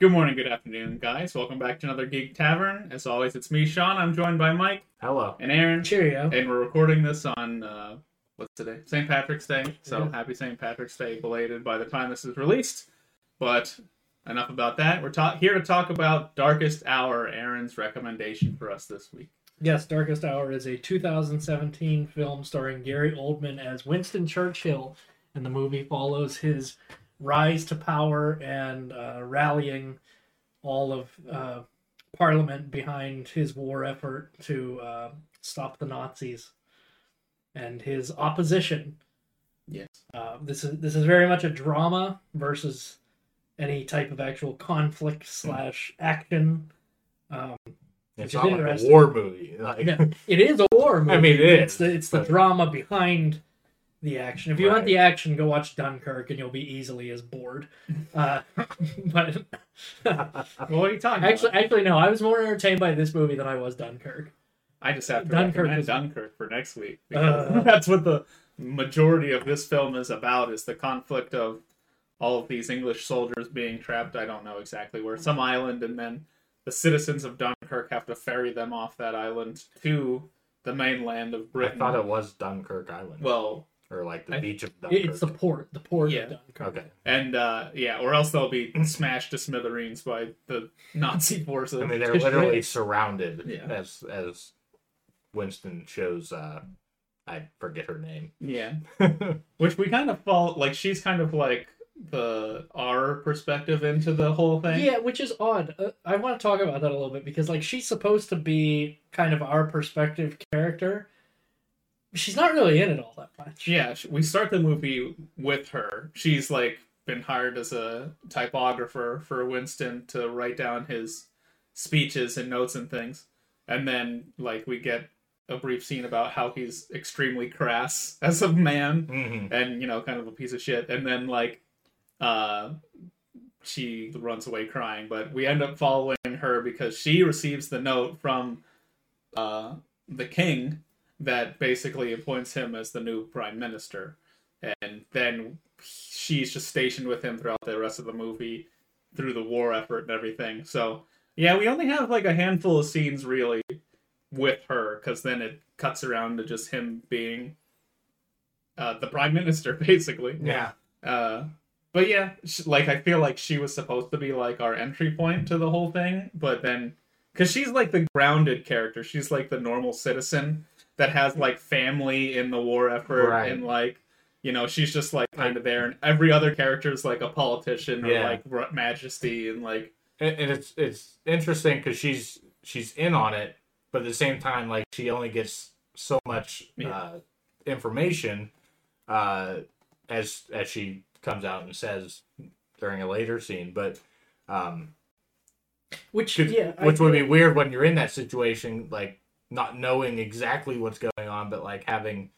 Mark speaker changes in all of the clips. Speaker 1: Good morning, good afternoon, guys. Welcome back to another Geek Tavern. As always, it's me, Sean. I'm joined by Mike
Speaker 2: Hello.
Speaker 1: and Aaron,
Speaker 3: Cheerio.
Speaker 1: and we're recording this on uh, what's today? St. Patrick's Day. So
Speaker 3: Yeah.
Speaker 1: happy St. Patrick's Day, belated by the time this is released. But enough about that. We're ta- here to talk about Darkest Hour, Aaron's recommendation for us this week.
Speaker 3: Yes, Darkest Hour is a 2017 film starring Gary Oldman as Winston Churchill, and the movie follows his rise to power and uh, rallying all of uh, Parliament behind his war effort to uh, stop the Nazis and his opposition
Speaker 1: Yes.
Speaker 3: Uh, this is this is very much a drama versus any type of actual conflict slash action. Um,
Speaker 2: It's
Speaker 3: It's
Speaker 2: not like a
Speaker 3: interesting.
Speaker 2: war movie. Like,
Speaker 3: yeah, it is a war movie.
Speaker 2: I mean, it
Speaker 3: but It's
Speaker 2: is,
Speaker 3: the it's the
Speaker 2: but-
Speaker 3: drama behind the action. If you want
Speaker 2: Right.
Speaker 3: the action, go watch Dunkirk, and you'll be easily as bored. Uh, but
Speaker 1: Well, what are you talking
Speaker 3: actually,
Speaker 1: about?
Speaker 3: actually, no. I was more entertained by this movie than I was Dunkirk.
Speaker 1: I just have to
Speaker 3: Dunkirk
Speaker 1: recommend
Speaker 3: is-
Speaker 1: Dunkirk for next week because
Speaker 3: Uh.
Speaker 1: that's what the majority of this film is about: is the conflict of all of these English soldiers being trapped. I don't know exactly where, some island, and then the citizens of Dunkirk have to ferry them off that island to the mainland of
Speaker 2: I
Speaker 1: Britain.
Speaker 2: thought it was Dunkirk Island.
Speaker 1: well,
Speaker 2: or like the
Speaker 1: I-
Speaker 2: beach of Dunkirk.
Speaker 3: It- It's the port, the port
Speaker 1: Yeah.
Speaker 3: of Dunkirk.
Speaker 2: okay.
Speaker 1: and uh, yeah, or else they'll be smashed to smithereens by the Nazi forces.
Speaker 2: I mean, they're
Speaker 3: Just
Speaker 2: literally
Speaker 3: really-
Speaker 2: surrounded
Speaker 1: Yeah.
Speaker 2: as as Winston shows. uh I forget her name.
Speaker 1: yeah. Which we kind of fall like she's kind of like the our perspective into the whole thing.
Speaker 3: Yeah, which is odd. Uh, I want to talk about that a little bit because, like, she's supposed to be kind of our perspective character. She's not really in it all that much.
Speaker 1: Yeah, sh- we start the movie with her. She's like been hired as a typographer for Winston to write down his speeches and notes and things. And then like we get a brief scene about how he's extremely crass as a man
Speaker 3: Mm-hmm.
Speaker 2: Mhm.
Speaker 1: and you know kind of a piece of shit and then like uh she runs away crying, but we end up following her because she receives the note from uh, the king that basically appoints him as the new prime minister. And then she's just stationed with him throughout the rest of the movie through the war effort and everything. So, yeah, we only have like a handful of scenes really with her because then it cuts around to just him being uh, the prime minister, basically.
Speaker 2: Yeah.
Speaker 1: Uh, but yeah, sh like I feel like she was supposed to be like our entry point to the whole thing, but then because she's like the grounded character, she's like the normal citizen that has like family in the war effort
Speaker 2: Right.
Speaker 1: and like you know she's just like kind of there, and every other character is like a politician or
Speaker 2: Yeah.
Speaker 1: like r- majesty and like
Speaker 2: And, and it's it's interesting because she's she's in on it, but at the same time, like she only gets so much
Speaker 1: Yeah.
Speaker 2: uh, information uh, as as she comes out and says during a later scene, but. Um,
Speaker 3: Which,
Speaker 2: Could-
Speaker 3: yeah, I
Speaker 2: which would be
Speaker 3: feel-
Speaker 2: weird when you're in that situation, like not knowing exactly what's going on, but like having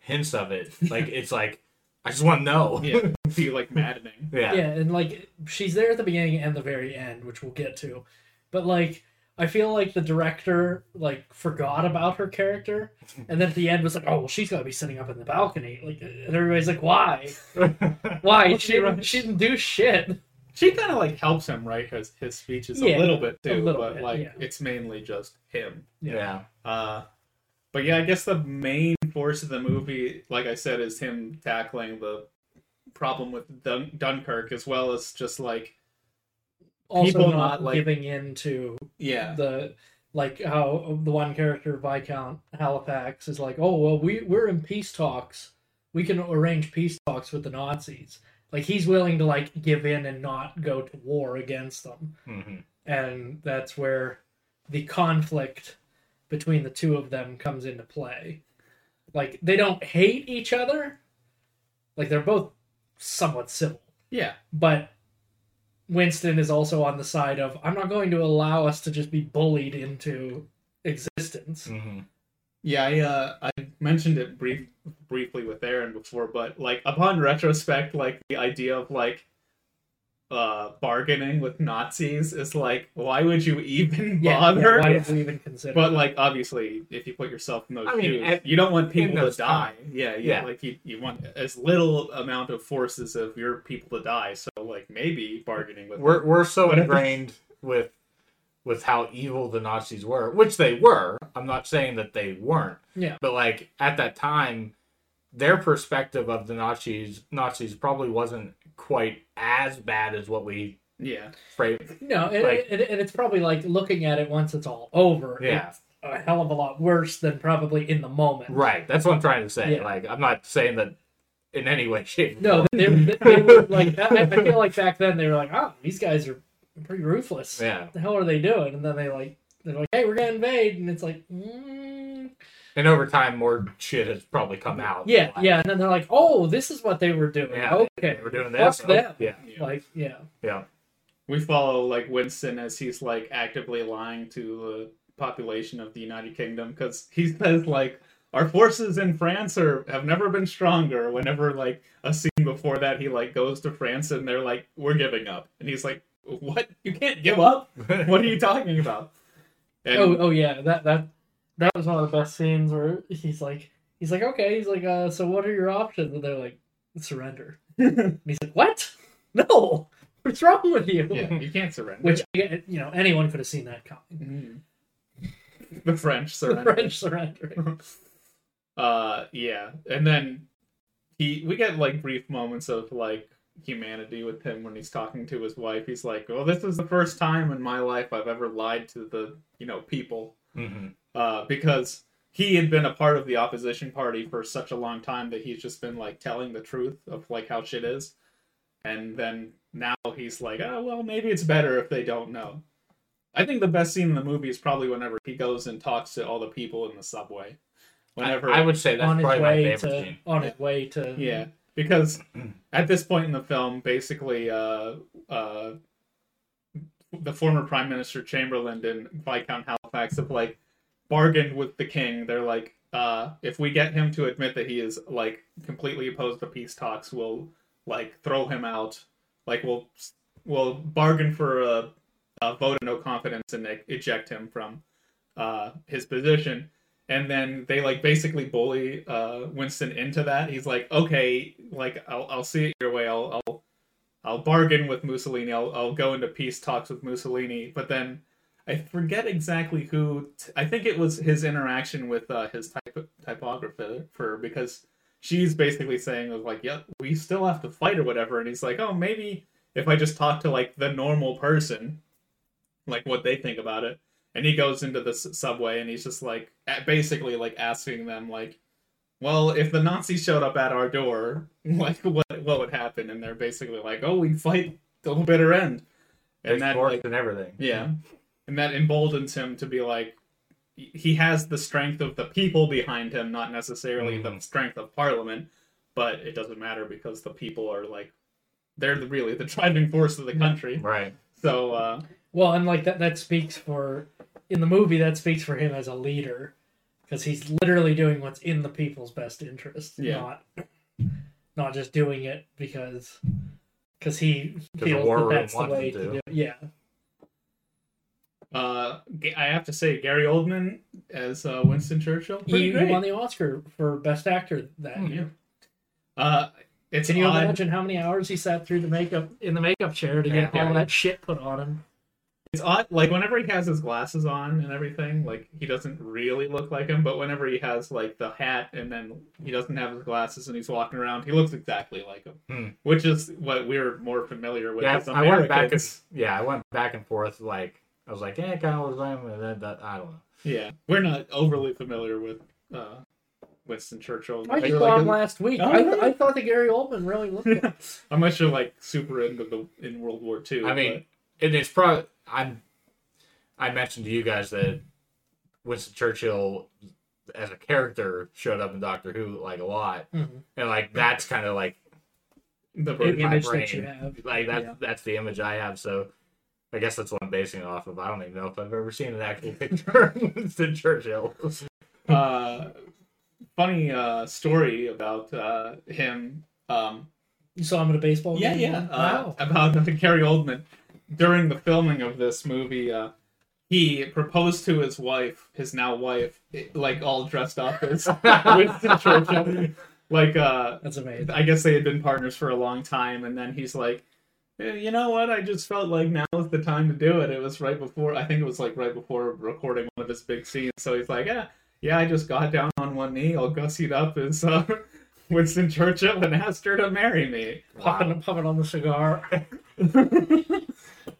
Speaker 2: hints of it. Like it's like I just want to know.
Speaker 1: yeah, be like maddening.
Speaker 2: yeah.
Speaker 3: yeah, and like she's there at the beginning and the very end, which we'll get to. But like, I feel like the director like forgot about her character, and then at the end was like, "Oh, well, she's got to be sitting up in the balcony." Like, and everybody's like, "Why? Why?
Speaker 1: Well,
Speaker 3: she,
Speaker 1: she
Speaker 3: didn't,
Speaker 1: runs-
Speaker 3: she didn't do shit."
Speaker 1: She kind of like helps him write his his speeches
Speaker 3: Yeah,
Speaker 1: a little bit
Speaker 3: a
Speaker 1: too,
Speaker 3: little
Speaker 1: but
Speaker 3: bit,
Speaker 1: like
Speaker 3: yeah.
Speaker 1: it's mainly just him.
Speaker 2: Yeah.
Speaker 1: Uh, but yeah, I guess the main force of the movie, like I said, is him tackling the problem with Dun- Dunkirk, as well as just like
Speaker 3: Also,
Speaker 1: People
Speaker 3: not,
Speaker 1: not, like-
Speaker 3: giving in to
Speaker 1: yeah,
Speaker 3: the like how the one character Viscount Halifax is like, "Oh, well, we we're in peace talks. We can arrange peace talks with the Nazis." Like he's willing to like give in and not go to war against them.
Speaker 2: Mhm.
Speaker 3: and that's where the conflict between the two of them comes into play. Like they don't hate each other. Like they're both somewhat civil,
Speaker 1: yeah,
Speaker 3: but Winston is also on the side of I'm not going to allow us to just be bullied into existence.
Speaker 2: Mhm.
Speaker 1: yeah. I uh, I mentioned it brief briefly with Aaron before, but like upon retrospect, like the idea of like uh, bargaining with Nazis is like, why would you even
Speaker 3: Yeah,
Speaker 1: bother?
Speaker 3: Why did we even consider?
Speaker 1: But like, obviously, if you put yourself in those
Speaker 2: I mean,
Speaker 1: shoes,
Speaker 2: at-
Speaker 1: you don't want
Speaker 2: in
Speaker 1: people to
Speaker 2: those
Speaker 1: die. Yeah, yeah.
Speaker 2: Yeah.
Speaker 1: Like you, you want as little amount of forces of your people to die. So like, maybe bargaining with
Speaker 2: We're we're so
Speaker 1: But-
Speaker 2: ingrained with with how evil the Nazis were, which they were. I'm not saying that they weren't.
Speaker 3: Yeah.
Speaker 2: But like at that time, their perspective of the Nazis Nazis probably wasn't quite as bad as what we
Speaker 1: yeah,
Speaker 2: frame.
Speaker 3: no, and,
Speaker 2: like-
Speaker 3: and, and it's probably like looking at it once it's all over.
Speaker 2: Yeah.
Speaker 3: It's a hell of a lot worse than probably in the moment.
Speaker 2: Right. That's what I'm trying to say.
Speaker 3: Yeah.
Speaker 2: Like I'm not saying that in any way, shape, or
Speaker 3: No,
Speaker 2: form.
Speaker 3: they, they, they were like I, I feel like back then they were like, oh, these guys are pretty ruthless.
Speaker 2: Yeah.
Speaker 3: What the hell are they doing? And then they like they're like, hey, we're gonna invade, and it's like, mm,
Speaker 2: And over time, more shit has probably come out.
Speaker 3: yeah,
Speaker 2: Like,
Speaker 3: yeah. And then they're like, oh, this is what they were doing.
Speaker 2: Yeah.
Speaker 3: okay,
Speaker 2: We're doing this. oh,
Speaker 3: Fuck them.
Speaker 2: Yeah.
Speaker 1: yeah.
Speaker 3: Like, yeah,
Speaker 2: Yeah.
Speaker 1: we follow like Winston as he's like actively lying to the population of the United Kingdom because he says like our forces in France are have never been stronger. Whenever like a scene before that, he like goes to France and they're like we're giving up, and he's like, what? You can't give up? What are you talking about? And
Speaker 3: oh, oh yeah, that that that was one of the best scenes where he's like, he's like, okay, he's like, uh, so what are your options? And they're like, surrender. and he's like, what? No, what's wrong with you?
Speaker 1: yeah, you can't surrender.
Speaker 3: Which you know anyone could have seen that coming.
Speaker 1: Mm. the French
Speaker 3: The
Speaker 1: surrender.
Speaker 3: French surrendering.
Speaker 1: uh yeah and then he we get like brief moments of like humanity with him when he's talking to his wife he's like well this is the first time in my life i've ever lied to the you know people
Speaker 2: hmm
Speaker 1: uh because he had been a part of the opposition party for such a long time that he's just been like telling the truth of like how shit is and then now he's like oh well maybe it's better if they don't know i think the best scene in the movie is probably whenever he goes and talks to all the people in the subway whenever
Speaker 2: I, I would say that's
Speaker 3: on his
Speaker 2: probably my
Speaker 3: way
Speaker 2: favorite
Speaker 3: to
Speaker 2: scene.
Speaker 3: on his way to
Speaker 1: Yeah, because at this point in the film, basically, uh, uh, the former Prime Minister Chamberlain and Viscount Halifax have like bargained with the king. They're like, uh, if we get him to admit that he is like completely opposed to peace talks, we'll like throw him out. Like we'll we'll bargain for a, a vote of no confidence and e- eject him from uh, his position and then they like basically bully uh, Winston into that. He's like, okay, like I'll, I'll see it your way. I'll, I'll I'll bargain with Mussolini. I'll I'll go into peace talks with Mussolini. But then I forget exactly who. T- I think it was his interaction with uh, his type typographer for because she's basically saying was like, yep, we still have to fight or whatever. And he's like, oh, maybe if I just talk to like the normal person, like what they think about it and he goes into the s- subway and he's just like a- basically like asking them like well if the nazis showed up at our door like what what would happen and they're basically like oh we'd fight till the bitter end
Speaker 2: There's
Speaker 1: and that
Speaker 2: forks
Speaker 1: like
Speaker 2: and everything.
Speaker 1: yeah and that emboldens him to be like he- he has the strength of the people behind him not necessarily the
Speaker 2: Mhm.
Speaker 1: strength of parliament but it doesn't matter because the people are like they're the, really the driving force of the country
Speaker 2: Right.
Speaker 1: so uh
Speaker 3: Well, and like that that speaks for in the movie that speaks for him as a leader because he's literally doing what's in the people's best interest,
Speaker 1: Yeah.
Speaker 3: not not just doing it because because he
Speaker 2: the
Speaker 3: feels
Speaker 2: war
Speaker 3: that
Speaker 2: room
Speaker 3: that's the
Speaker 2: wants him
Speaker 3: way to.
Speaker 2: to.
Speaker 3: do it. Yeah,
Speaker 1: Uh, G- I have to say, Gary Oldman as uh, Winston Churchill, pretty
Speaker 3: he, he
Speaker 1: great.
Speaker 3: won the Oscar for best actor that
Speaker 1: Mm, yeah.
Speaker 3: year.
Speaker 1: Uh, it's
Speaker 3: Can you
Speaker 1: odd.
Speaker 3: imagine how many hours he sat through the makeup in the makeup chair to get
Speaker 2: Yeah.
Speaker 3: all that shit put on him?
Speaker 1: It's odd. Like whenever he has his glasses on and everything, like he doesn't really look like him. But whenever he has like the hat and then he doesn't have his glasses and he's walking around, he looks exactly like him,
Speaker 2: Hmm.
Speaker 1: which is what we're more familiar with.
Speaker 2: Yeah,
Speaker 1: as
Speaker 2: I went back and
Speaker 1: Americans.
Speaker 2: yeah, I went back and forth. Like I was like, yeah, Kyle was him, and then that I don't know.
Speaker 1: Yeah, we're not overly familiar with uh, Winston Churchill.
Speaker 3: I
Speaker 1: Like,
Speaker 3: just
Speaker 1: you're
Speaker 3: saw
Speaker 1: like,
Speaker 3: him last week.
Speaker 1: Oh,
Speaker 3: I,
Speaker 1: really?
Speaker 3: I thought that Gary Oldman really looked good.
Speaker 1: unless you're like super into the in World War II.
Speaker 2: I mean, it is probably I'm. I mentioned to you guys that Winston Churchill, as a character, showed up in Doctor Who like a lot,
Speaker 3: Mhm.
Speaker 2: and like that's kind of like
Speaker 1: but the
Speaker 3: The
Speaker 2: In my
Speaker 3: image that you
Speaker 2: brain.
Speaker 3: have.
Speaker 2: like that's
Speaker 3: Yeah.
Speaker 2: that's the image I have. So. I guess that's what I'm basing it off of. I don't even know if I've ever seen an actual picture of Winston Churchill.
Speaker 1: uh, funny uh, story about uh, him. Um,
Speaker 3: You saw him at a baseball
Speaker 1: Yeah,
Speaker 3: game?
Speaker 1: yeah. Uh,
Speaker 3: Oh, wow.
Speaker 1: about Gary Oldman. During the filming of this movie, uh, he proposed to his wife, his now wife, it- like all dressed up as Winston Churchill. Like, uh,
Speaker 3: That's amazing.
Speaker 1: I guess they had been partners for a long time, and then he's like, "Eh, you know what? I just felt like now is the time to do it. It was right before, I think it was like right before recording one of his big scenes. So he's like, yeah, yeah, I just got down on one knee, all gussied up as uh, Winston Churchill and asked her to marry me.
Speaker 3: Popping, puffing on the cigar.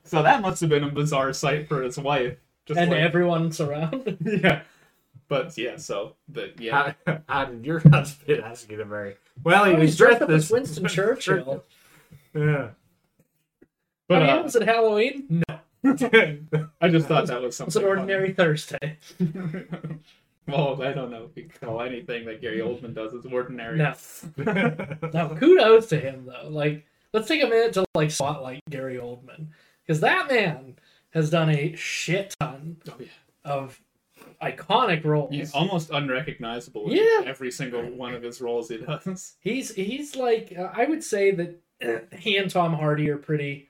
Speaker 1: So that must have been a bizarre sight for his wife. Just
Speaker 3: and
Speaker 1: like,
Speaker 3: everyone's around.
Speaker 1: yeah. But yeah, so but yeah,
Speaker 2: How, how did your husband ask you to marry? Well, he
Speaker 3: Oh,
Speaker 2: was
Speaker 3: he's dressed
Speaker 2: dressed
Speaker 3: up
Speaker 2: as
Speaker 3: as Winston Churchill.
Speaker 2: Yeah.
Speaker 1: but
Speaker 3: I mean,
Speaker 1: uh,
Speaker 3: it was at Halloween. No,
Speaker 1: I just thought that was
Speaker 3: it was
Speaker 1: something.
Speaker 3: an ordinary Thursday.
Speaker 1: funny. well, I don't know. If you call anything that Gary Oldman does is ordinary.
Speaker 3: No, no. Kudos to him though. Like, let's take a minute to like spotlight Gary Oldman because that man has done a shit ton
Speaker 1: Oh, yeah.
Speaker 3: of iconic roles.
Speaker 1: He's almost unrecognizable in
Speaker 3: Yeah.
Speaker 1: every single one of his roles he does.
Speaker 3: He's he's like uh, I would say that uh, he and Tom Hardy are pretty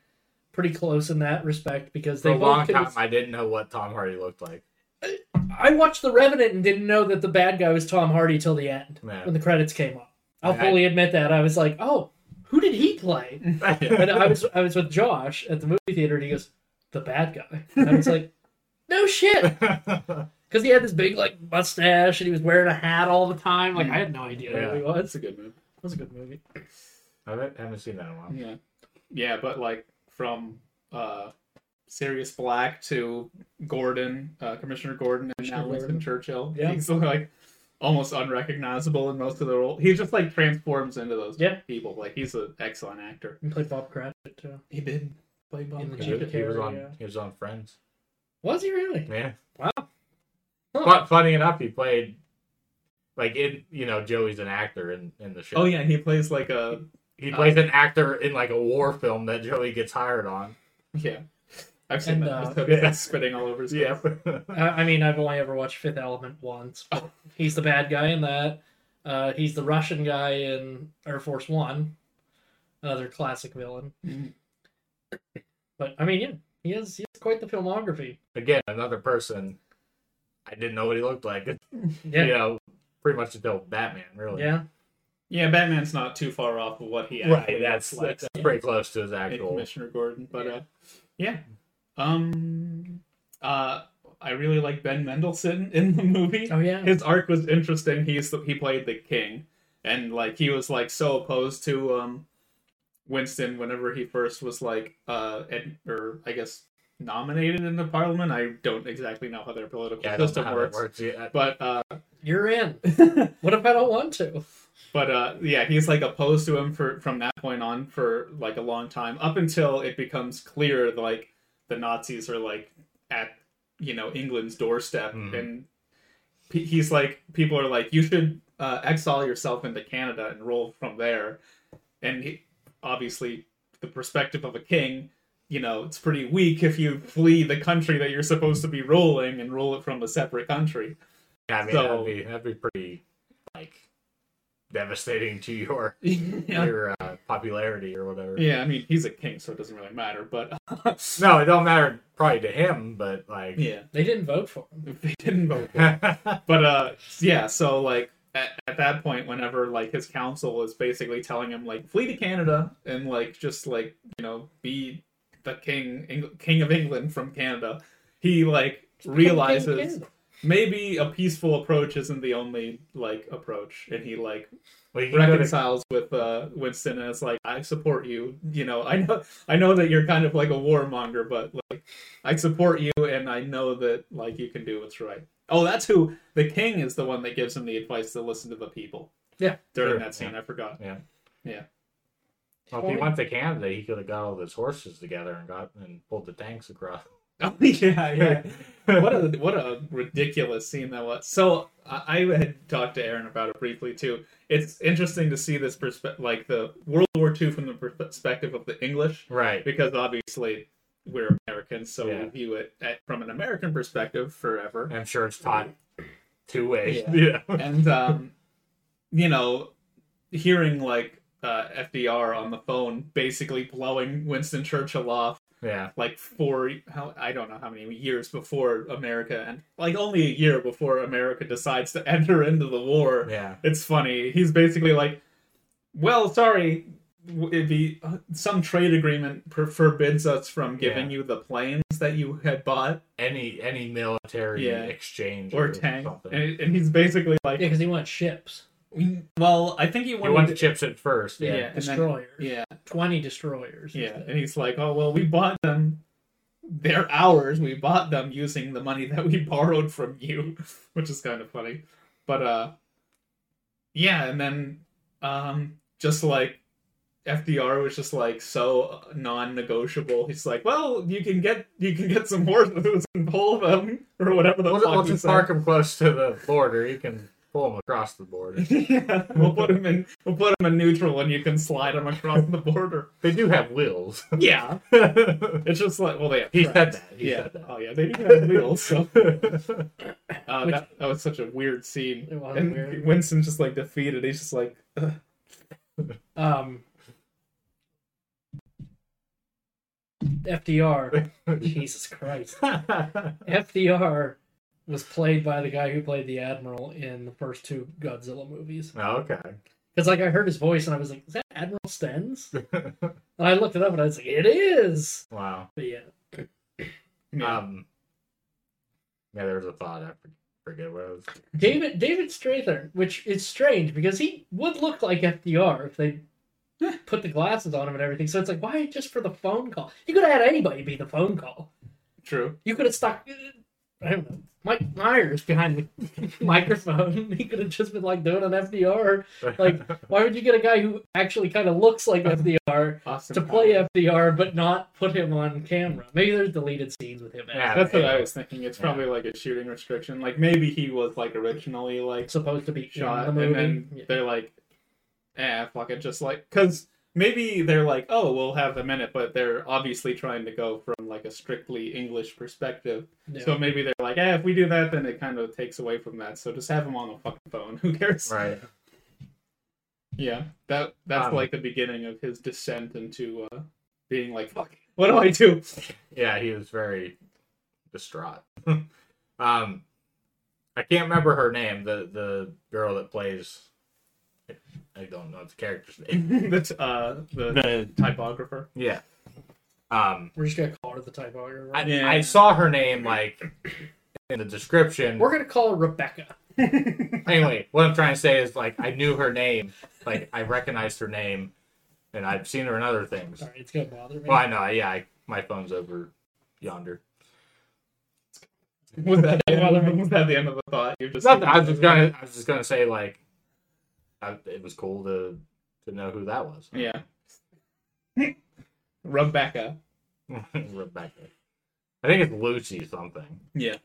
Speaker 3: pretty close in that respect because
Speaker 2: For
Speaker 3: they
Speaker 2: a long
Speaker 3: both
Speaker 2: time,
Speaker 3: could-
Speaker 2: I didn't know what Tom Hardy looked like.
Speaker 3: I watched The Revenant and didn't know that the bad guy was Tom Hardy till the end
Speaker 2: Yeah.
Speaker 3: when the credits came up. I'll
Speaker 2: I-
Speaker 3: fully admit that I was like, oh, who did he play? And I was I was with Josh at the movie theater and he goes, the bad guy. And I was like, no shit, because he had this big like mustache and he was wearing a hat all the time. Like I had no idea
Speaker 2: Hmm. Yeah.
Speaker 3: who he was.
Speaker 1: That's a good movie.
Speaker 3: It was a good movie.
Speaker 2: I haven't haven't seen that in a while.
Speaker 1: Yeah. Yeah, but like from uh Sirius Black to Gordon, uh Commissioner Gordon and
Speaker 3: Commissioner
Speaker 1: now Winston
Speaker 3: Gordon.
Speaker 1: Churchill.
Speaker 3: Yeah.
Speaker 1: He's like almost unrecognizable in most of the role. He just like transforms into those
Speaker 3: Yeah.
Speaker 1: people. Like he's an excellent actor.
Speaker 3: He played Bob Cratchit too.
Speaker 1: He did play Bob.
Speaker 3: In the
Speaker 2: He,
Speaker 1: Cratchit.
Speaker 2: was- he was on.
Speaker 3: Yeah.
Speaker 2: He was on Friends.
Speaker 3: Was he really?
Speaker 2: Yeah.
Speaker 3: Wow. Huh.
Speaker 2: But funny enough, he played like in you know Joey's an actor in in the show.
Speaker 1: Oh yeah, he plays like a
Speaker 2: He plays an actor in like a war film that Joey gets hired on.
Speaker 1: yeah. I've seen
Speaker 3: And,
Speaker 1: that.
Speaker 3: uh,
Speaker 1: episode.
Speaker 2: Yeah.
Speaker 1: He's spitting all over his face.
Speaker 3: I I mean, I've only ever watched Fifth Element once. but he's the bad guy in that. Uh, he's the Russian guy in Air Force One, another classic villain.
Speaker 1: Mhm.
Speaker 3: But I mean, yeah, he has he has quite the filmography.
Speaker 2: Again, another person. I didn't know what he looked like. You
Speaker 3: Yeah,
Speaker 2: know, pretty much until Batman, really.
Speaker 3: yeah.
Speaker 1: Yeah, Batman's not too far off of what he actually
Speaker 2: Right. That's
Speaker 1: looks like.
Speaker 2: that's pretty close to his
Speaker 1: Hey,
Speaker 2: actual.
Speaker 1: Commissioner Gordon. But
Speaker 3: Yeah.
Speaker 1: uh, yeah, um, uh, I really like Ben Mendelsohn in the movie.
Speaker 3: Oh yeah.
Speaker 1: His arc was interesting. He's the, he played the king, and like he was like so opposed to um, Winston whenever he first was like uh, ad- or I guess nominated into Parliament. I don't exactly know how their political
Speaker 2: Yeah, I don't know
Speaker 1: system
Speaker 2: how that
Speaker 1: works,
Speaker 2: works. Yeah,
Speaker 1: but uh,
Speaker 3: You're in. What if I don't want to?
Speaker 1: But uh, yeah, he's like opposed to him for from that point on for like a long time, up until it becomes clear like the Nazis are like at you know England's doorstep,
Speaker 2: Mhm.
Speaker 1: and pe- he's like people are like you should uh, exile yourself into Canada and roll from there, and he, obviously the perspective of a king. You know, it's pretty weak if you flee the country that you're supposed to be ruling and rule it from a separate country.
Speaker 2: I mean,
Speaker 1: So-
Speaker 2: that'd be that'd be pretty like devastating to your your uh, popularity or whatever.
Speaker 1: Yeah, I mean he's a king, so it doesn't really matter. But uh,
Speaker 2: No, it don't matter probably to him, but like
Speaker 1: yeah,
Speaker 3: They didn't vote for him.
Speaker 1: they didn't vote. But uh, yeah, so like at, at that point, whenever like his council is basically telling him like flee to Canada and like just like you know be the king Eng- king of England from Canada, he like realizes maybe a peaceful approach isn't the only like approach, and he like
Speaker 2: well, you can go to-
Speaker 1: reconciles with uh, Winston and it's like, I support you. You know, I know I know that you're kind of like a warmonger, but like I support you and I know that like you can do what's right. Oh, that's who the king is the one that gives him the advice to listen to the people.
Speaker 3: Yeah.
Speaker 1: During
Speaker 2: Sure,
Speaker 1: that scene, I forgot.
Speaker 2: well, if he went to Canada, he could have got all his horses together and got and pulled the tanks across.
Speaker 1: Oh yeah, yeah. what a what a ridiculous scene that was. So I, I had talked to Aaron about it briefly too. It's interesting to see this perspective, like the World War II from the perspective of the English,
Speaker 2: Right.
Speaker 1: because obviously we're Americans, so
Speaker 2: Yeah.
Speaker 1: we view it at, from an American perspective forever.
Speaker 2: I'm sure it's taught two ways.
Speaker 1: Yeah.
Speaker 2: Yeah.
Speaker 1: And um, you know, hearing like uh, FDR on the phone, basically blowing Winston Churchill off
Speaker 2: Yeah.
Speaker 1: like four how I don't know how many years before America and like only a year before America decides to enter into the war.
Speaker 2: Yeah.
Speaker 1: It's funny. He's basically like, well, sorry, w- it'd be uh, some trade agreement per- forbids us from giving you the planes that you had bought
Speaker 2: Any any military
Speaker 1: Yeah.
Speaker 2: exchange
Speaker 1: or tank.
Speaker 2: something.
Speaker 1: And, and he's basically like,
Speaker 3: because he wants ships,
Speaker 1: well, I think he
Speaker 2: he
Speaker 1: wanted,
Speaker 2: wanted chips at first.
Speaker 1: yeah,
Speaker 2: Yeah.
Speaker 1: and then-
Speaker 3: destroyers,
Speaker 1: yeah,
Speaker 3: twenty destroyers.
Speaker 1: yeah, and he's like, oh well, we bought them. They're ours. We bought them using the money that we borrowed from you, which is kind of funny. But uh, yeah, and then um, just like FDR was just like so non-negotiable. He's like, well, you can get you can get some horses and pull them or whatever the
Speaker 2: We'll,
Speaker 1: fuck
Speaker 2: we'll
Speaker 1: he
Speaker 2: just
Speaker 1: said.
Speaker 2: park him close to the border. You can pull him across the border.
Speaker 1: yeah, we'll put him in. We'll put him in neutral, and you can slide him across the border.
Speaker 2: They do have wheels.
Speaker 1: Yeah, it's just like well, they have
Speaker 2: he
Speaker 1: tracks.
Speaker 2: said that. He
Speaker 1: yeah.
Speaker 2: said that.
Speaker 1: Oh yeah, they do have wheels. So uh,
Speaker 3: Which-
Speaker 1: that, that was such a weird scene.
Speaker 3: It was
Speaker 1: And
Speaker 3: weird.
Speaker 1: Winston's just like defeated. He's just like, "Ugh."
Speaker 3: Um, FDR, Jesus Christ, FDR was played by the guy who played the admiral in the first two Godzilla movies.
Speaker 2: okay.
Speaker 3: Because like I heard his voice and I was like, is that Admiral Stenz? And I looked it up and I was like, it is.
Speaker 2: Wow.
Speaker 3: But yeah,
Speaker 1: yeah.
Speaker 2: Um. Yeah, there was a thought. I for- forget what it was.
Speaker 3: David David Strathern, which is strange because he would look like FDR if they put the glasses on him and everything. So it's like, why just for the phone call? You could have had anybody be the phone call.
Speaker 1: true.
Speaker 3: You could have stuck, uh, I don't know, Mike Myers behind the microphone. He could have just been like doing an FDR. Like, why would you get a guy who actually kind of looks like FDR
Speaker 1: Austin
Speaker 3: to play
Speaker 1: Powers.
Speaker 3: FDR but not put him on camera? Maybe there's deleted scenes with him.
Speaker 2: Yeah.
Speaker 3: Yeah.
Speaker 1: That's what I was thinking. It's
Speaker 2: Yeah.
Speaker 1: probably like a shooting restriction. Like maybe he was like originally like
Speaker 3: Supposed to be
Speaker 1: shot,
Speaker 3: in the movie.
Speaker 1: and then they're like, eh, fuck it, just like because maybe they're like, oh, we'll have them in it, but they're obviously trying to go from like a strictly English perspective.
Speaker 3: Yeah.
Speaker 1: So maybe they're like, eh, if we do that, then it kind of takes away from that. So just have him on the fucking phone. Who cares?
Speaker 2: right.
Speaker 1: Yeah, that that's
Speaker 2: Um,
Speaker 1: like the beginning of his descent into uh, being like, fuck, what do I do?
Speaker 2: Yeah, he was very distraught. um, I can't remember her name. The the girl that plays. I don't know the character's name.
Speaker 1: That's uh, the
Speaker 2: The
Speaker 1: typographer.
Speaker 2: yeah. Um,
Speaker 3: We're just gonna call her the typographer.
Speaker 2: I,
Speaker 1: Yeah.
Speaker 2: I saw her name like in the description.
Speaker 3: We're gonna call her Rebecca.
Speaker 2: Anyway, what I'm trying to say is like I knew her name, like I recognized her name, and I've seen her in other things.
Speaker 3: Sorry, it's gonna bother me.
Speaker 2: Well, I know. Yeah, I, my phone's over yonder.
Speaker 1: Was that, the end of, was that the end of the thought? You're just
Speaker 2: Nothing. I was just gonna. I was just gonna say like, I, it was cool to to know who that was.
Speaker 1: yeah. Rebecca.
Speaker 2: Rebecca. I think it's Lucy something.
Speaker 1: Yeah.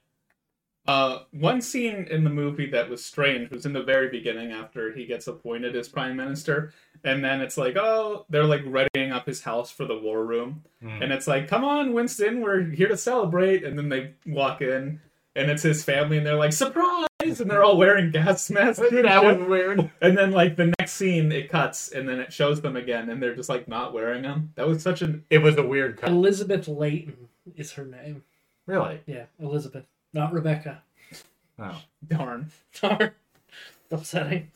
Speaker 1: Uh, one scene in the movie that was strange was in the very beginning after he gets appointed as prime minister, and then it's like, oh, they're like readying up his house for the war room,
Speaker 2: Hmm.
Speaker 1: and it's like, come on, Winston, we're here to celebrate, and then they walk in, and it's his family, and they're like, surprise, and they're all wearing gas masks, and
Speaker 2: that
Speaker 1: shit.
Speaker 2: was weird.
Speaker 1: and then like the next scene it cuts, and then it shows them again, and they're just like not wearing them. That was such an
Speaker 2: It was a weird cut.
Speaker 3: Elizabeth Layton is her name.
Speaker 2: Really?
Speaker 3: Yeah, Elizabeth, not Rebecca.
Speaker 2: Oh.
Speaker 1: darn.
Speaker 3: Darn, upsetting.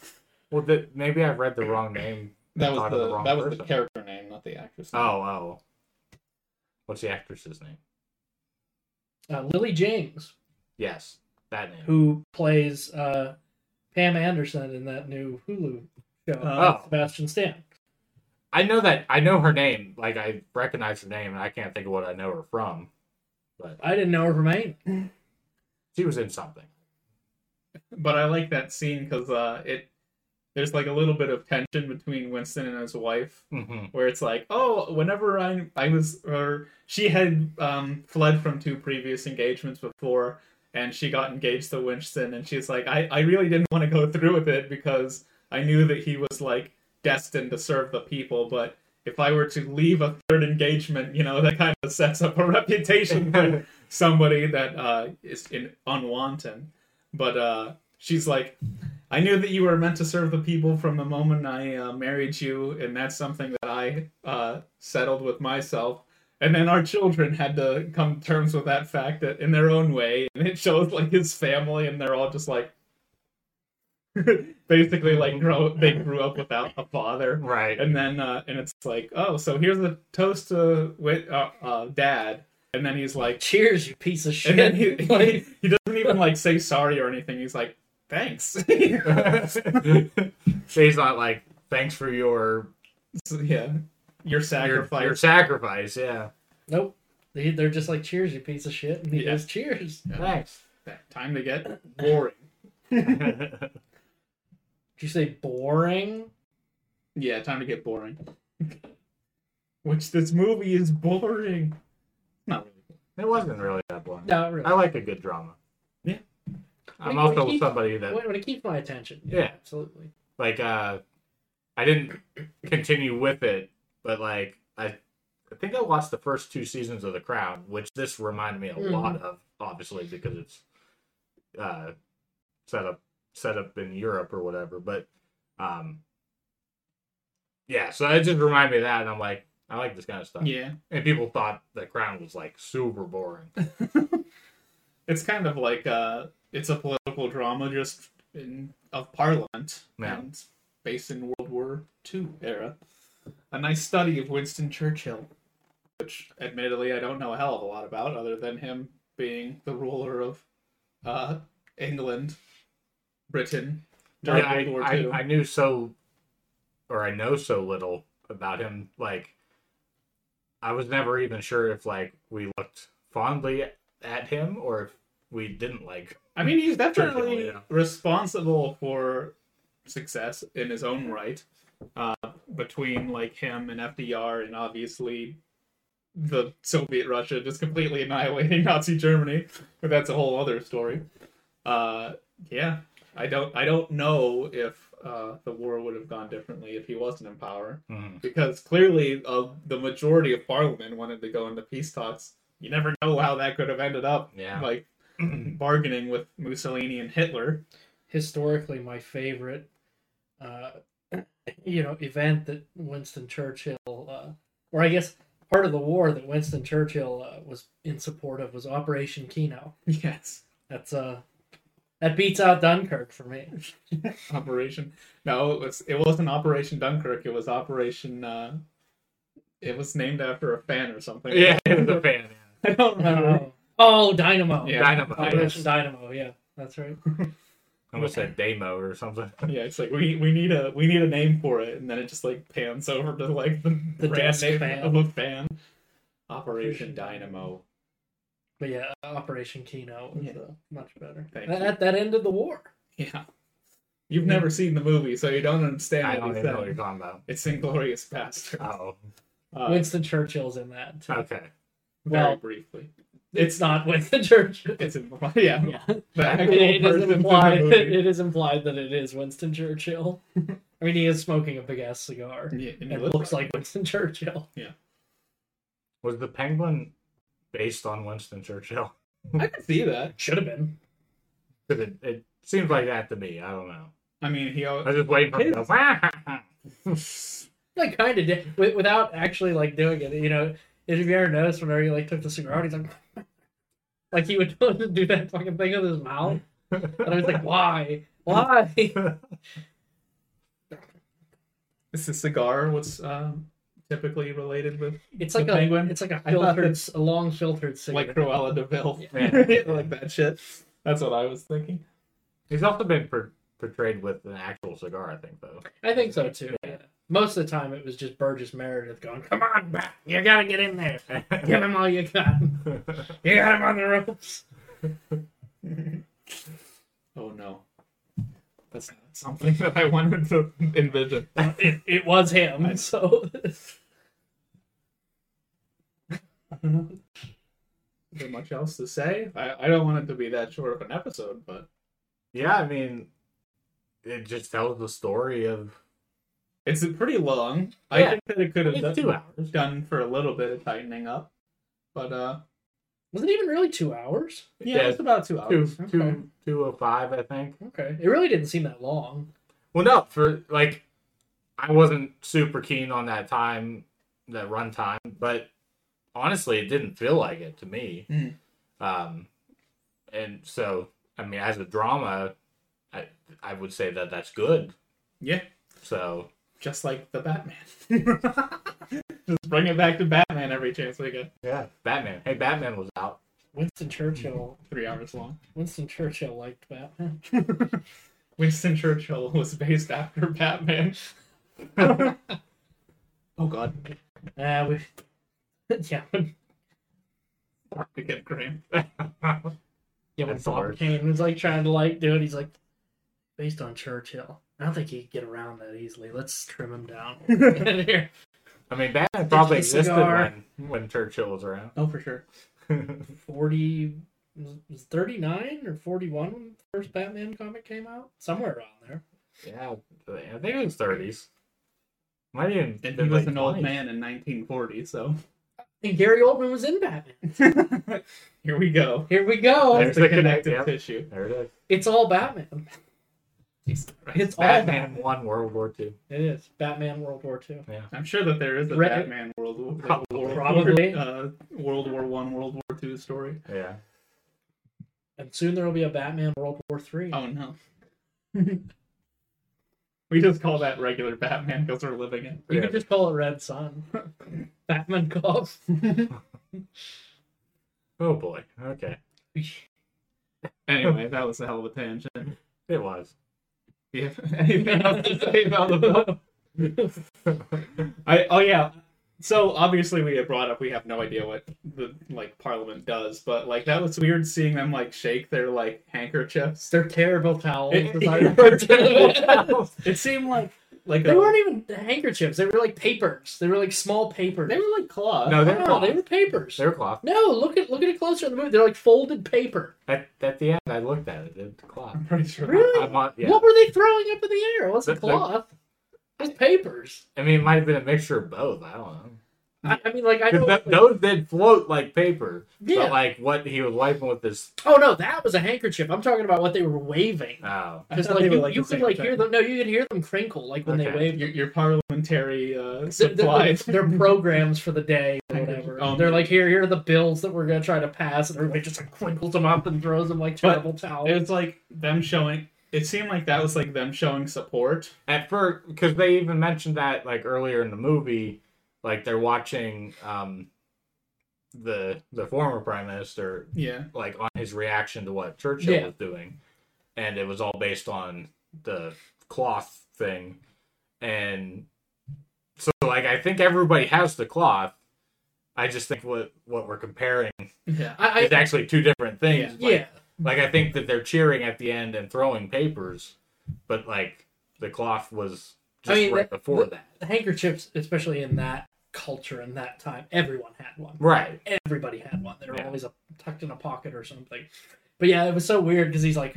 Speaker 2: Well, th- maybe I read the wrong name.
Speaker 1: That was
Speaker 2: Thought of
Speaker 1: the,
Speaker 2: the wrong
Speaker 1: that was the
Speaker 2: person.
Speaker 1: character name, not the actress.
Speaker 2: Oh,
Speaker 1: name.
Speaker 2: oh. What's the actress's name?
Speaker 3: Uh, Lily James,
Speaker 2: Yes, that name.
Speaker 3: who plays uh, Pam Anderson in that new Hulu show,
Speaker 1: Oh.
Speaker 3: with Sebastian Stan.
Speaker 2: I know that. I know her name. Like I recognize her name, and I can't think of what I know her from. But
Speaker 3: I didn't know her from anything.
Speaker 2: she was in something.
Speaker 1: but I like that scene because uh, it there's like a little bit of tension between Winston and his wife,
Speaker 2: Mm-hmm.
Speaker 1: where it's like, oh, whenever I I was or she had um, fled from two previous engagements before, and she got engaged to Winston, and she's like, I I really didn't want to go through with it because I knew that he was like destined to serve the people, but. If I were to leave a third engagement, you know that kind of sets up a reputation for
Speaker 2: Mm-hmm.
Speaker 1: somebody that uh, is in unwanted. But uh, she's like, I knew that you were meant to serve the people from the moment I uh, married you, and that's something that I uh, settled with myself. And then our children had to come to terms with that fact that in their own way. And it shows like his family, and they're all just like, basically like grow. They grew up without a father.
Speaker 2: Right.
Speaker 1: And then uh, and it's like, oh, so here's the toast to with uh, uh, dad. And then he's like,
Speaker 3: Cheers, you piece of shit.
Speaker 1: and then he,
Speaker 3: Like,
Speaker 1: he, he doesn't even like say sorry or anything. He's like, thanks.
Speaker 2: She's not like, thanks for your
Speaker 1: So, yeah, your
Speaker 2: your,
Speaker 1: sacrifice.
Speaker 2: your sacrifice. Yeah.
Speaker 3: nope. They, they're just like, cheers, you piece of shit. And he
Speaker 1: Yeah.
Speaker 3: goes, cheers.
Speaker 2: Thanks.
Speaker 1: Time to get boring.
Speaker 3: Did you say boring?
Speaker 1: Yeah, time to get boring. Which this movie is boring. Not
Speaker 2: It
Speaker 1: really.
Speaker 2: wasn't really that blunt.
Speaker 3: No, really.
Speaker 2: I like a good drama.
Speaker 1: Yeah.
Speaker 2: I'm
Speaker 3: Wait,
Speaker 2: also
Speaker 3: wait, he-
Speaker 2: somebody that
Speaker 3: When it keeps my attention.
Speaker 2: Yeah.
Speaker 3: absolutely.
Speaker 2: like uh I didn't continue with it, but like I I think I watched the first two seasons of The Crown, which this reminded me a
Speaker 3: Mhm.
Speaker 2: lot of, obviously, because it's uh set up set up in Europe or whatever. But um yeah, so it just reminded me of that and I'm like, I like this kind of stuff.
Speaker 1: Yeah,
Speaker 2: And people thought The Crown was like super boring.
Speaker 1: it's kind of like uh, it's a political drama just in, of Parliament
Speaker 2: Yeah.
Speaker 1: and based in World War II era. A nice study of Winston Churchill, which admittedly I don't know a hell of a lot about, other than him being the ruler of uh, England, Britain during
Speaker 2: Yeah,
Speaker 1: World War
Speaker 2: I,
Speaker 1: II.
Speaker 2: I, I knew so, or I know so little about him. Like, I was never even sure if like we looked fondly at him or if we didn't like.
Speaker 1: I mean, he's definitely
Speaker 2: yeah.
Speaker 1: responsible for success in his own right. Uh, between like him and FDR, and obviously the Soviet Russia just completely annihilating Nazi Germany, but that's a whole other story. Uh, yeah, I don't, I don't know if uh, the war would have gone differently if he wasn't in power, because clearly uh, the majority of Parliament wanted to go into peace talks. You never know how that could have ended up.
Speaker 2: Yeah.
Speaker 1: Like bargaining with Mussolini and Hitler.
Speaker 3: Historically, my favorite, uh, you know, event that Winston Churchill, uh, or I guess part of the war that Winston Churchill uh, was in support of was Operation Kino.
Speaker 1: Yes.
Speaker 3: That's uh, that beats out Dunkirk for me.
Speaker 1: Operation. No, it was it wasn't Operation Dunkirk. It was Operation. Uh, it was named after a fan or something.
Speaker 2: yeah, he was a fan.
Speaker 1: I don't remember.
Speaker 3: Oh, oh Dynamo.
Speaker 2: Yeah.
Speaker 1: Yeah. Oh,
Speaker 2: Dynamo.
Speaker 3: Operation Dynamo. Yeah, that's right.
Speaker 2: I almost said demo or something.
Speaker 1: Yeah, it's like we we need a we need a name for it, and then it just like pans over to like the,
Speaker 3: The
Speaker 1: brand
Speaker 3: desk
Speaker 1: name
Speaker 3: fan.
Speaker 1: of a fan. Operation Dynamo.
Speaker 3: But yeah, Operation Kino was
Speaker 1: Yeah.
Speaker 3: uh, much better.
Speaker 1: Thank
Speaker 3: That,
Speaker 1: you.
Speaker 3: that, that ended the war.
Speaker 1: Yeah. You've never seen the movie, so you don't understand.
Speaker 2: I
Speaker 1: what
Speaker 2: don't
Speaker 1: he
Speaker 2: even know
Speaker 1: said.
Speaker 2: what you're talking about.
Speaker 1: It's Inglorious Bastard.
Speaker 2: Oh,
Speaker 1: Uh,
Speaker 3: Winston Churchill's in that. Too.
Speaker 2: okay.
Speaker 1: very
Speaker 3: well-
Speaker 1: briefly,
Speaker 3: It's not Winston Churchill.
Speaker 1: it's in, yeah,
Speaker 3: Yeah.
Speaker 1: the
Speaker 3: It,
Speaker 1: actual
Speaker 3: it is
Speaker 1: person in the
Speaker 3: implied.
Speaker 1: movie.
Speaker 3: It is implied that it is Winston Churchill. I mean, he is smoking a big ass cigar.
Speaker 1: Yeah, and he
Speaker 3: It
Speaker 1: looks,
Speaker 3: looks like Winston Churchill.
Speaker 2: Was the Penguin based on Winston Churchill?
Speaker 1: I can see that.
Speaker 3: Should have been.
Speaker 2: 'Cause it, it seems like that to me. I don't know.
Speaker 1: I mean, he.
Speaker 2: I
Speaker 1: al-
Speaker 2: was just waiting for him to go.
Speaker 3: Like kind of did wi- without actually like doing it. You know, if you ever noticed whenever he like took the cigar, out, he's like, like he would do that fucking thing with his mouth, and I was like, why, why?
Speaker 1: Is the cigar what's um, typically related with
Speaker 3: It's like
Speaker 1: The
Speaker 3: a
Speaker 1: penguin?
Speaker 3: It's like a
Speaker 1: I thought
Speaker 3: filtered, a long filtered cigarette.
Speaker 1: like Cruella De Vil,
Speaker 2: Yeah.
Speaker 1: like that shit? That's what I was thinking.
Speaker 2: He's also been per- portrayed with an actual cigar, I think, though.
Speaker 3: I think so too. Yeah. Most of the time, it was just Burgess Meredith going, "Come on, back! You gotta get in there. Give him all you got. You got him on the ropes."
Speaker 1: Oh no, that's not something that I wanted to envision.
Speaker 3: It, it was him. So
Speaker 1: Is there much else to say? I, I don't want it to be that short of an episode, but
Speaker 2: yeah, I mean, it just tells the story of.
Speaker 1: it's pretty long. I
Speaker 2: Yeah.
Speaker 1: think that it could have
Speaker 2: It's
Speaker 1: done,
Speaker 2: two hours.
Speaker 1: done for a little bit of tightening up, but uh,
Speaker 3: Was it even really two hours?
Speaker 1: Yeah,
Speaker 2: Yeah.
Speaker 1: it's about two
Speaker 2: Two,
Speaker 1: hours.
Speaker 2: two, two oh five, I think.
Speaker 3: Okay. It really didn't seem that long.
Speaker 2: Well, no, for like, I wasn't super keen on that time, that run time, but honestly, it didn't feel like it to me.
Speaker 1: Mm.
Speaker 2: Um, and so, I mean, as a drama, I I would say that that's good.
Speaker 1: Yeah,
Speaker 2: So
Speaker 1: just like the Batman. just bring it back to Batman every chance we get.
Speaker 2: yeah, Batman. Hey, Batman was out.
Speaker 3: Winston Churchill.
Speaker 1: Three hours long.
Speaker 3: Winston Churchill liked Batman.
Speaker 1: Winston Churchill was based after Batman. oh God,
Speaker 3: Uh, we, yeah, when,
Speaker 1: Sorry to get grim.
Speaker 3: yeah. When
Speaker 2: That's
Speaker 3: Bob
Speaker 2: hard.
Speaker 3: Kane was like trying to like do it, he's like, based on Churchill. I don't think he could get around that easily. Let's trim him down. And here-
Speaker 2: I mean, Batman probably
Speaker 3: the
Speaker 2: existed
Speaker 3: cigar.
Speaker 2: when when Churchill was around.
Speaker 1: Oh, for sure.
Speaker 3: 40 was- was 39 or 41 when the first Batman comic came out? Somewhere around there.
Speaker 2: yeah, I think it was thirties. Might even
Speaker 1: And he
Speaker 2: been
Speaker 1: was
Speaker 2: late
Speaker 1: an old
Speaker 2: 20s.
Speaker 1: man in 1940, so
Speaker 3: And Gary Oldman was in Batman.
Speaker 1: here we go.
Speaker 3: Here we go.
Speaker 2: There's
Speaker 1: There's the
Speaker 2: the
Speaker 1: connective
Speaker 2: connect- yep.
Speaker 1: tissue.
Speaker 2: There it is.
Speaker 3: It's all Batman. It's all Batman.
Speaker 2: Batman won World War Two.
Speaker 3: It is Batman World War II.
Speaker 1: I'm sure that there is a
Speaker 3: Re-
Speaker 1: Batman World War,
Speaker 2: Probably.
Speaker 1: World
Speaker 3: Probably.
Speaker 1: War, uh, World War One, World War Two story.
Speaker 2: Yeah.
Speaker 3: And soon there will be a Batman World War III.
Speaker 1: Oh no, we just call that regular Batman because we're living it.
Speaker 3: you
Speaker 2: Yeah.
Speaker 3: could just call it Red Sun. Batman Cops.
Speaker 2: Oh boy. Okay.
Speaker 1: Anyway, that was a hell of a tangent.
Speaker 2: It was.
Speaker 1: Do you have anything else to say about the film? I oh yeah. So obviously we had brought up we have no idea what the like Parliament does, but like that was weird seeing them like shake their like handkerchiefs.
Speaker 3: They're terrible towels.
Speaker 1: It-
Speaker 3: is I refer to them.
Speaker 1: It seemed like like
Speaker 3: they
Speaker 1: a-
Speaker 3: weren't even handkerchiefs. They were like papers. They were like small papers.
Speaker 1: they were like cloth.
Speaker 2: No, they're
Speaker 3: no,
Speaker 2: cloth.
Speaker 3: they were papers.
Speaker 2: They're cloth.
Speaker 3: No, look at look at it closer in the movie. They're like folded paper.
Speaker 2: At, at the end, I looked at it. It's cloth.
Speaker 1: I'm pretty sure.
Speaker 3: Really?
Speaker 2: I'm on, yeah.
Speaker 3: What were they throwing up in the air? It wasn't
Speaker 2: Th- they're-
Speaker 3: cloth. It was papers.
Speaker 2: I mean, it might have been a mixture of both. I don't know.
Speaker 3: I, I mean, like I
Speaker 2: 'Cause
Speaker 3: know.
Speaker 2: th-
Speaker 3: like-
Speaker 2: those did float like paper.
Speaker 3: Yeah.
Speaker 2: But like what he was wiping with this.
Speaker 3: oh no, that was a handkerchief. I'm talking about what they were waving.
Speaker 2: Oh.
Speaker 1: I
Speaker 3: Because
Speaker 1: thought
Speaker 3: like
Speaker 1: they were,
Speaker 3: you,
Speaker 1: like,
Speaker 3: you
Speaker 1: the
Speaker 3: could
Speaker 1: same
Speaker 3: like
Speaker 1: thing.
Speaker 3: hear them. No, you could hear them crinkle like when they
Speaker 2: Okay.
Speaker 3: waved.
Speaker 1: Your, your parliamentary uh,
Speaker 3: They're,
Speaker 1: supplies.
Speaker 3: programs for the day or whatever.
Speaker 1: Um,
Speaker 3: they're like here, here are the bills that we're gonna try to pass, and everybody just like crinkles them up and throws them like
Speaker 1: But
Speaker 3: terrible towels.
Speaker 1: It was like them showing. It seemed like that was like them showing support.
Speaker 2: At first, because they even mentioned that like earlier in the movie, like they're watching um the the former prime minister
Speaker 1: Yeah.
Speaker 2: like on his reaction to what Churchill
Speaker 3: Yeah.
Speaker 2: was doing, and it was all based on the cloth thing, and so like I think everybody has the cloth. I just think what what we're comparing
Speaker 1: Yeah.
Speaker 3: I, I
Speaker 2: is actually two different things.
Speaker 3: yeah,
Speaker 2: Like, like I think that they're cheering at the end and throwing papers, but like the cloth was
Speaker 3: I
Speaker 2: just
Speaker 3: mean,
Speaker 2: right
Speaker 3: that-
Speaker 2: before
Speaker 3: that-
Speaker 2: that.
Speaker 3: the handkerchiefs, especially in that culture and that time, everyone had one.
Speaker 2: Right.
Speaker 3: Everybody had one. They were
Speaker 2: Yeah.
Speaker 3: always a, tucked in a pocket or something. But yeah, it was so weird because he's like,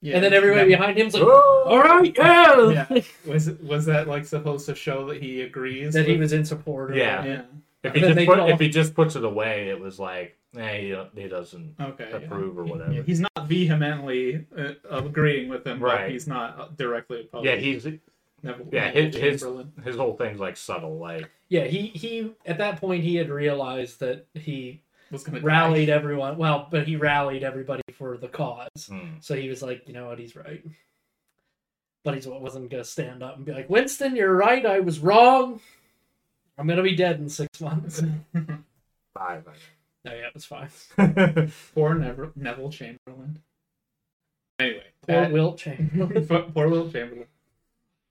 Speaker 1: yeah.
Speaker 3: and then everybody
Speaker 1: Yeah.
Speaker 3: behind him's like,
Speaker 2: All
Speaker 3: all right, yeah,
Speaker 1: Yeah. Was was that like supposed to show that he agrees?
Speaker 3: that he
Speaker 1: with-
Speaker 3: was in support. Or
Speaker 2: Yeah.
Speaker 1: Yeah.
Speaker 2: If he
Speaker 3: Then
Speaker 2: just
Speaker 3: they
Speaker 2: put,
Speaker 3: call-
Speaker 2: if he just puts it away, it was like, eh, he, don't- he doesn't
Speaker 1: Okay. yeah.
Speaker 2: approve or
Speaker 1: He-
Speaker 2: whatever.
Speaker 1: yeah, he's not vehemently uh, agreeing with him, but
Speaker 2: Right.
Speaker 1: he's not directly opposed.
Speaker 2: Yeah, he's
Speaker 1: Neville-
Speaker 2: yeah,
Speaker 1: Neville
Speaker 2: his- his-
Speaker 1: Chamberlain.
Speaker 2: his whole thing's like subtle, like
Speaker 3: yeah. He he at that point he had realized that he
Speaker 1: was going to
Speaker 3: rallied everyone. Well, but he rallied everybody for the cause.
Speaker 2: hmm,
Speaker 3: So he was like, you know what, he's right. But he wasn't gonna stand up and be like, Winston, you're right. I was wrong. I'm gonna be dead in six months.
Speaker 2: five. I
Speaker 3: No, yeah, it was fine.
Speaker 2: think.
Speaker 1: Poor Neville, Neville Chamberlain. Anyway,
Speaker 3: Poor
Speaker 1: that-
Speaker 3: Wilt Chamberlain.
Speaker 1: poor Will Chamberlain.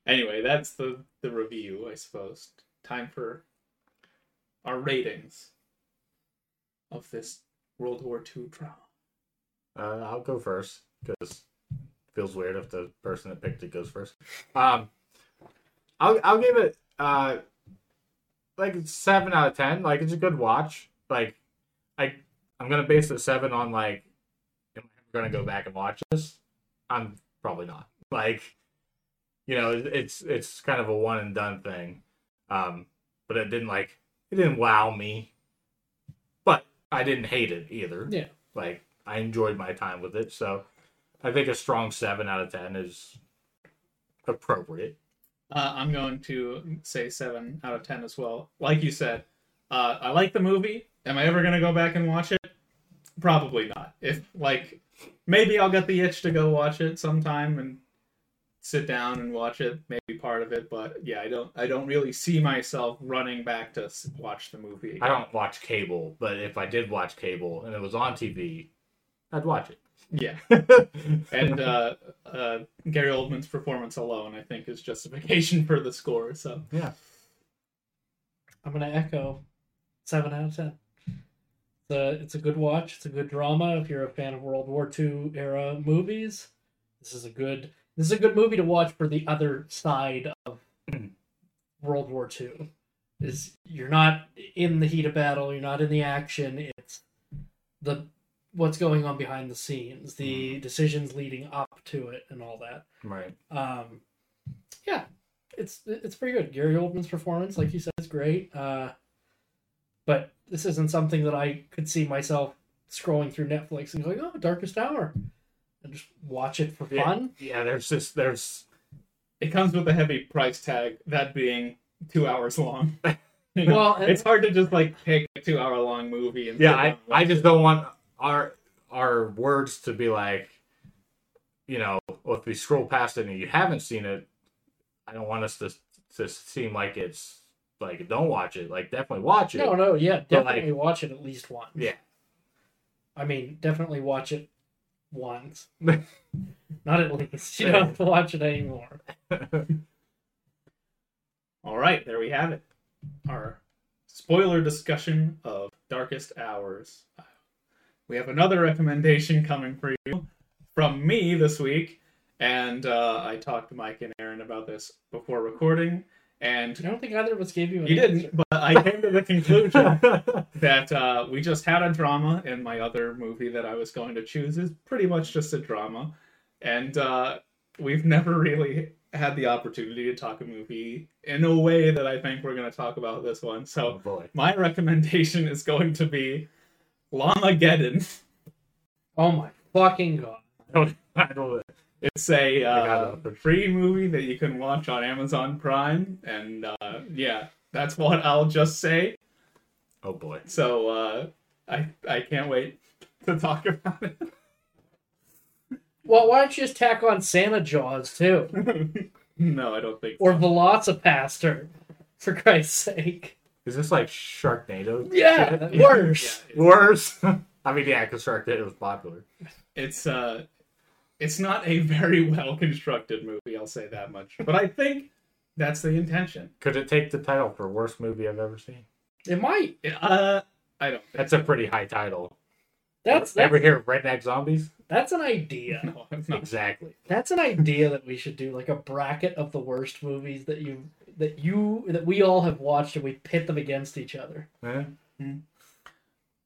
Speaker 1: Anyway, that's the the review, I suppose. Time for our ratings of this World War II drama.
Speaker 2: uh, I'll go first because feels weird if the person that picked it goes first. Um, I'll I'll give it uh like a seven out of ten. Like it's a good watch. Like I I'm gonna base the seven on like am I ever gonna go back and watch this? I'm probably not. Like you know it- it's it's kind of a one and done thing. Um, but it didn't like it didn't wow me. But I didn't hate it either.
Speaker 3: Yeah.
Speaker 2: Like I enjoyed my time with it, so I think a strong seven out of ten is appropriate.
Speaker 1: Uh, I'm going to say seven out of ten as well. Like you said, uh, I like the movie. Am I ever going to go back and watch it? Probably not. If like, maybe I'll get the itch to go watch it sometime and sit down and watch it. Maybe part of it, but yeah, I don't. I don't really see myself running back to s- watch the movie.
Speaker 2: I don't watch cable, but if I did watch cable and it was on TV, I'd watch
Speaker 1: Yeah,
Speaker 2: it.
Speaker 1: and uh, uh, Gary Oldman's performance alone, I think, is justification for the score. So
Speaker 3: I'm gonna echo seven out of ten. It's a, it's a good watch. It's a good drama. If you're a fan of World War II era movies, this is a good this is a good movie to watch for the other side of World War II. Is you're not in the heat of battle. You're not in the action. It's the what's going on behind the scenes, the decisions leading up to it, and all that
Speaker 2: right.
Speaker 3: um yeah it's it's pretty good gary oldman's performance like you said is great uh but this isn't something that i could see myself scrolling through netflix and going oh darkest hour and just watch it for
Speaker 2: Yeah.
Speaker 3: fun
Speaker 2: Yeah, there's just there's
Speaker 1: it comes with a heavy price tag, that being two hours long. You know,
Speaker 3: well and,
Speaker 1: it's hard to just like pick a two hour long movie and
Speaker 2: yeah
Speaker 1: sit down
Speaker 2: I,
Speaker 1: and
Speaker 2: I
Speaker 1: watch
Speaker 2: just
Speaker 1: it.
Speaker 2: don't want our our words to be like you know well, if we scroll past it and you haven't seen it i don't want us to to seem like it's like don't watch it like definitely watch it
Speaker 3: no no yeah
Speaker 2: But, like-
Speaker 3: definitely watch it at least once
Speaker 2: Yeah.
Speaker 3: i mean definitely watch it once not at least you don't have to watch it anymore
Speaker 1: All right, there we have it. Our spoiler discussion of Darkest Hours. We have another recommendation coming for you from me this week, and uh, I talked to Mike and Aaron about this before recording,
Speaker 3: i
Speaker 1: and
Speaker 3: don't think either of us gave you an
Speaker 1: you
Speaker 3: answer.
Speaker 1: didn't, but I came to the conclusion that uh, we just had a drama, and my other movie that I was going to choose is pretty much just a drama. And uh, we've never really had the opportunity to talk a movie in a way that I think we're going to talk about this one.
Speaker 2: oh
Speaker 1: So
Speaker 2: boy
Speaker 1: my recommendation is going to be Lamageddon.
Speaker 3: oh my fucking god
Speaker 2: I don't,
Speaker 1: It's a
Speaker 2: I got
Speaker 1: uh, free movie that you can watch on Amazon Prime, and uh, yeah, that's what I'll just say.
Speaker 2: oh boy
Speaker 1: So uh, I I can't wait to talk about it.
Speaker 3: Well, why don't you just tack on Santa Jaws too,
Speaker 1: no, I don't think.
Speaker 3: or Velocipaster, for Christ's sake?
Speaker 2: is this like sharknado
Speaker 3: Yeah,
Speaker 2: shit?
Speaker 3: worse.
Speaker 1: Yeah, it's,
Speaker 2: worse i mean yeah because sharknado was popular
Speaker 1: it's uh, it's not a very well constructed movie. I'll say that much. But I think that's the intention.
Speaker 2: could it take the title for worst movie i've ever seen
Speaker 3: It might.
Speaker 1: Uh, I don't. Think
Speaker 2: that's a pretty high title
Speaker 3: That's that's,
Speaker 2: ever hear of redneck zombies
Speaker 3: that's an idea.
Speaker 1: no, it's not.
Speaker 2: exactly
Speaker 3: That's an idea that we should do, like a bracket of the worst movies that you that you that we all have watched, and we pit them against each other.
Speaker 2: Eh,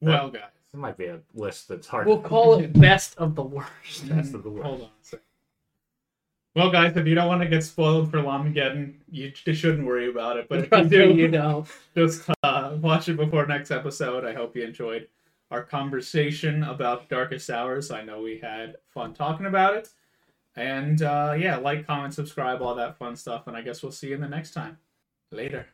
Speaker 1: Well, guys,
Speaker 2: It might be a list that's hard.
Speaker 3: We'll call it best of the worst.
Speaker 2: Best of the worst.
Speaker 1: Mm, hold on. A second. Well, guys, if you don't want to get spoiled for Lamageddon, you, you shouldn't worry about it. But if you do,
Speaker 3: you know,
Speaker 1: just uh, watch it before next episode. I hope you enjoyed our conversation about Darkest Hours. I know we had fun talking about it. And uh, yeah, like, comment, subscribe, all that fun stuff. And I guess we'll see you in the next time. Later.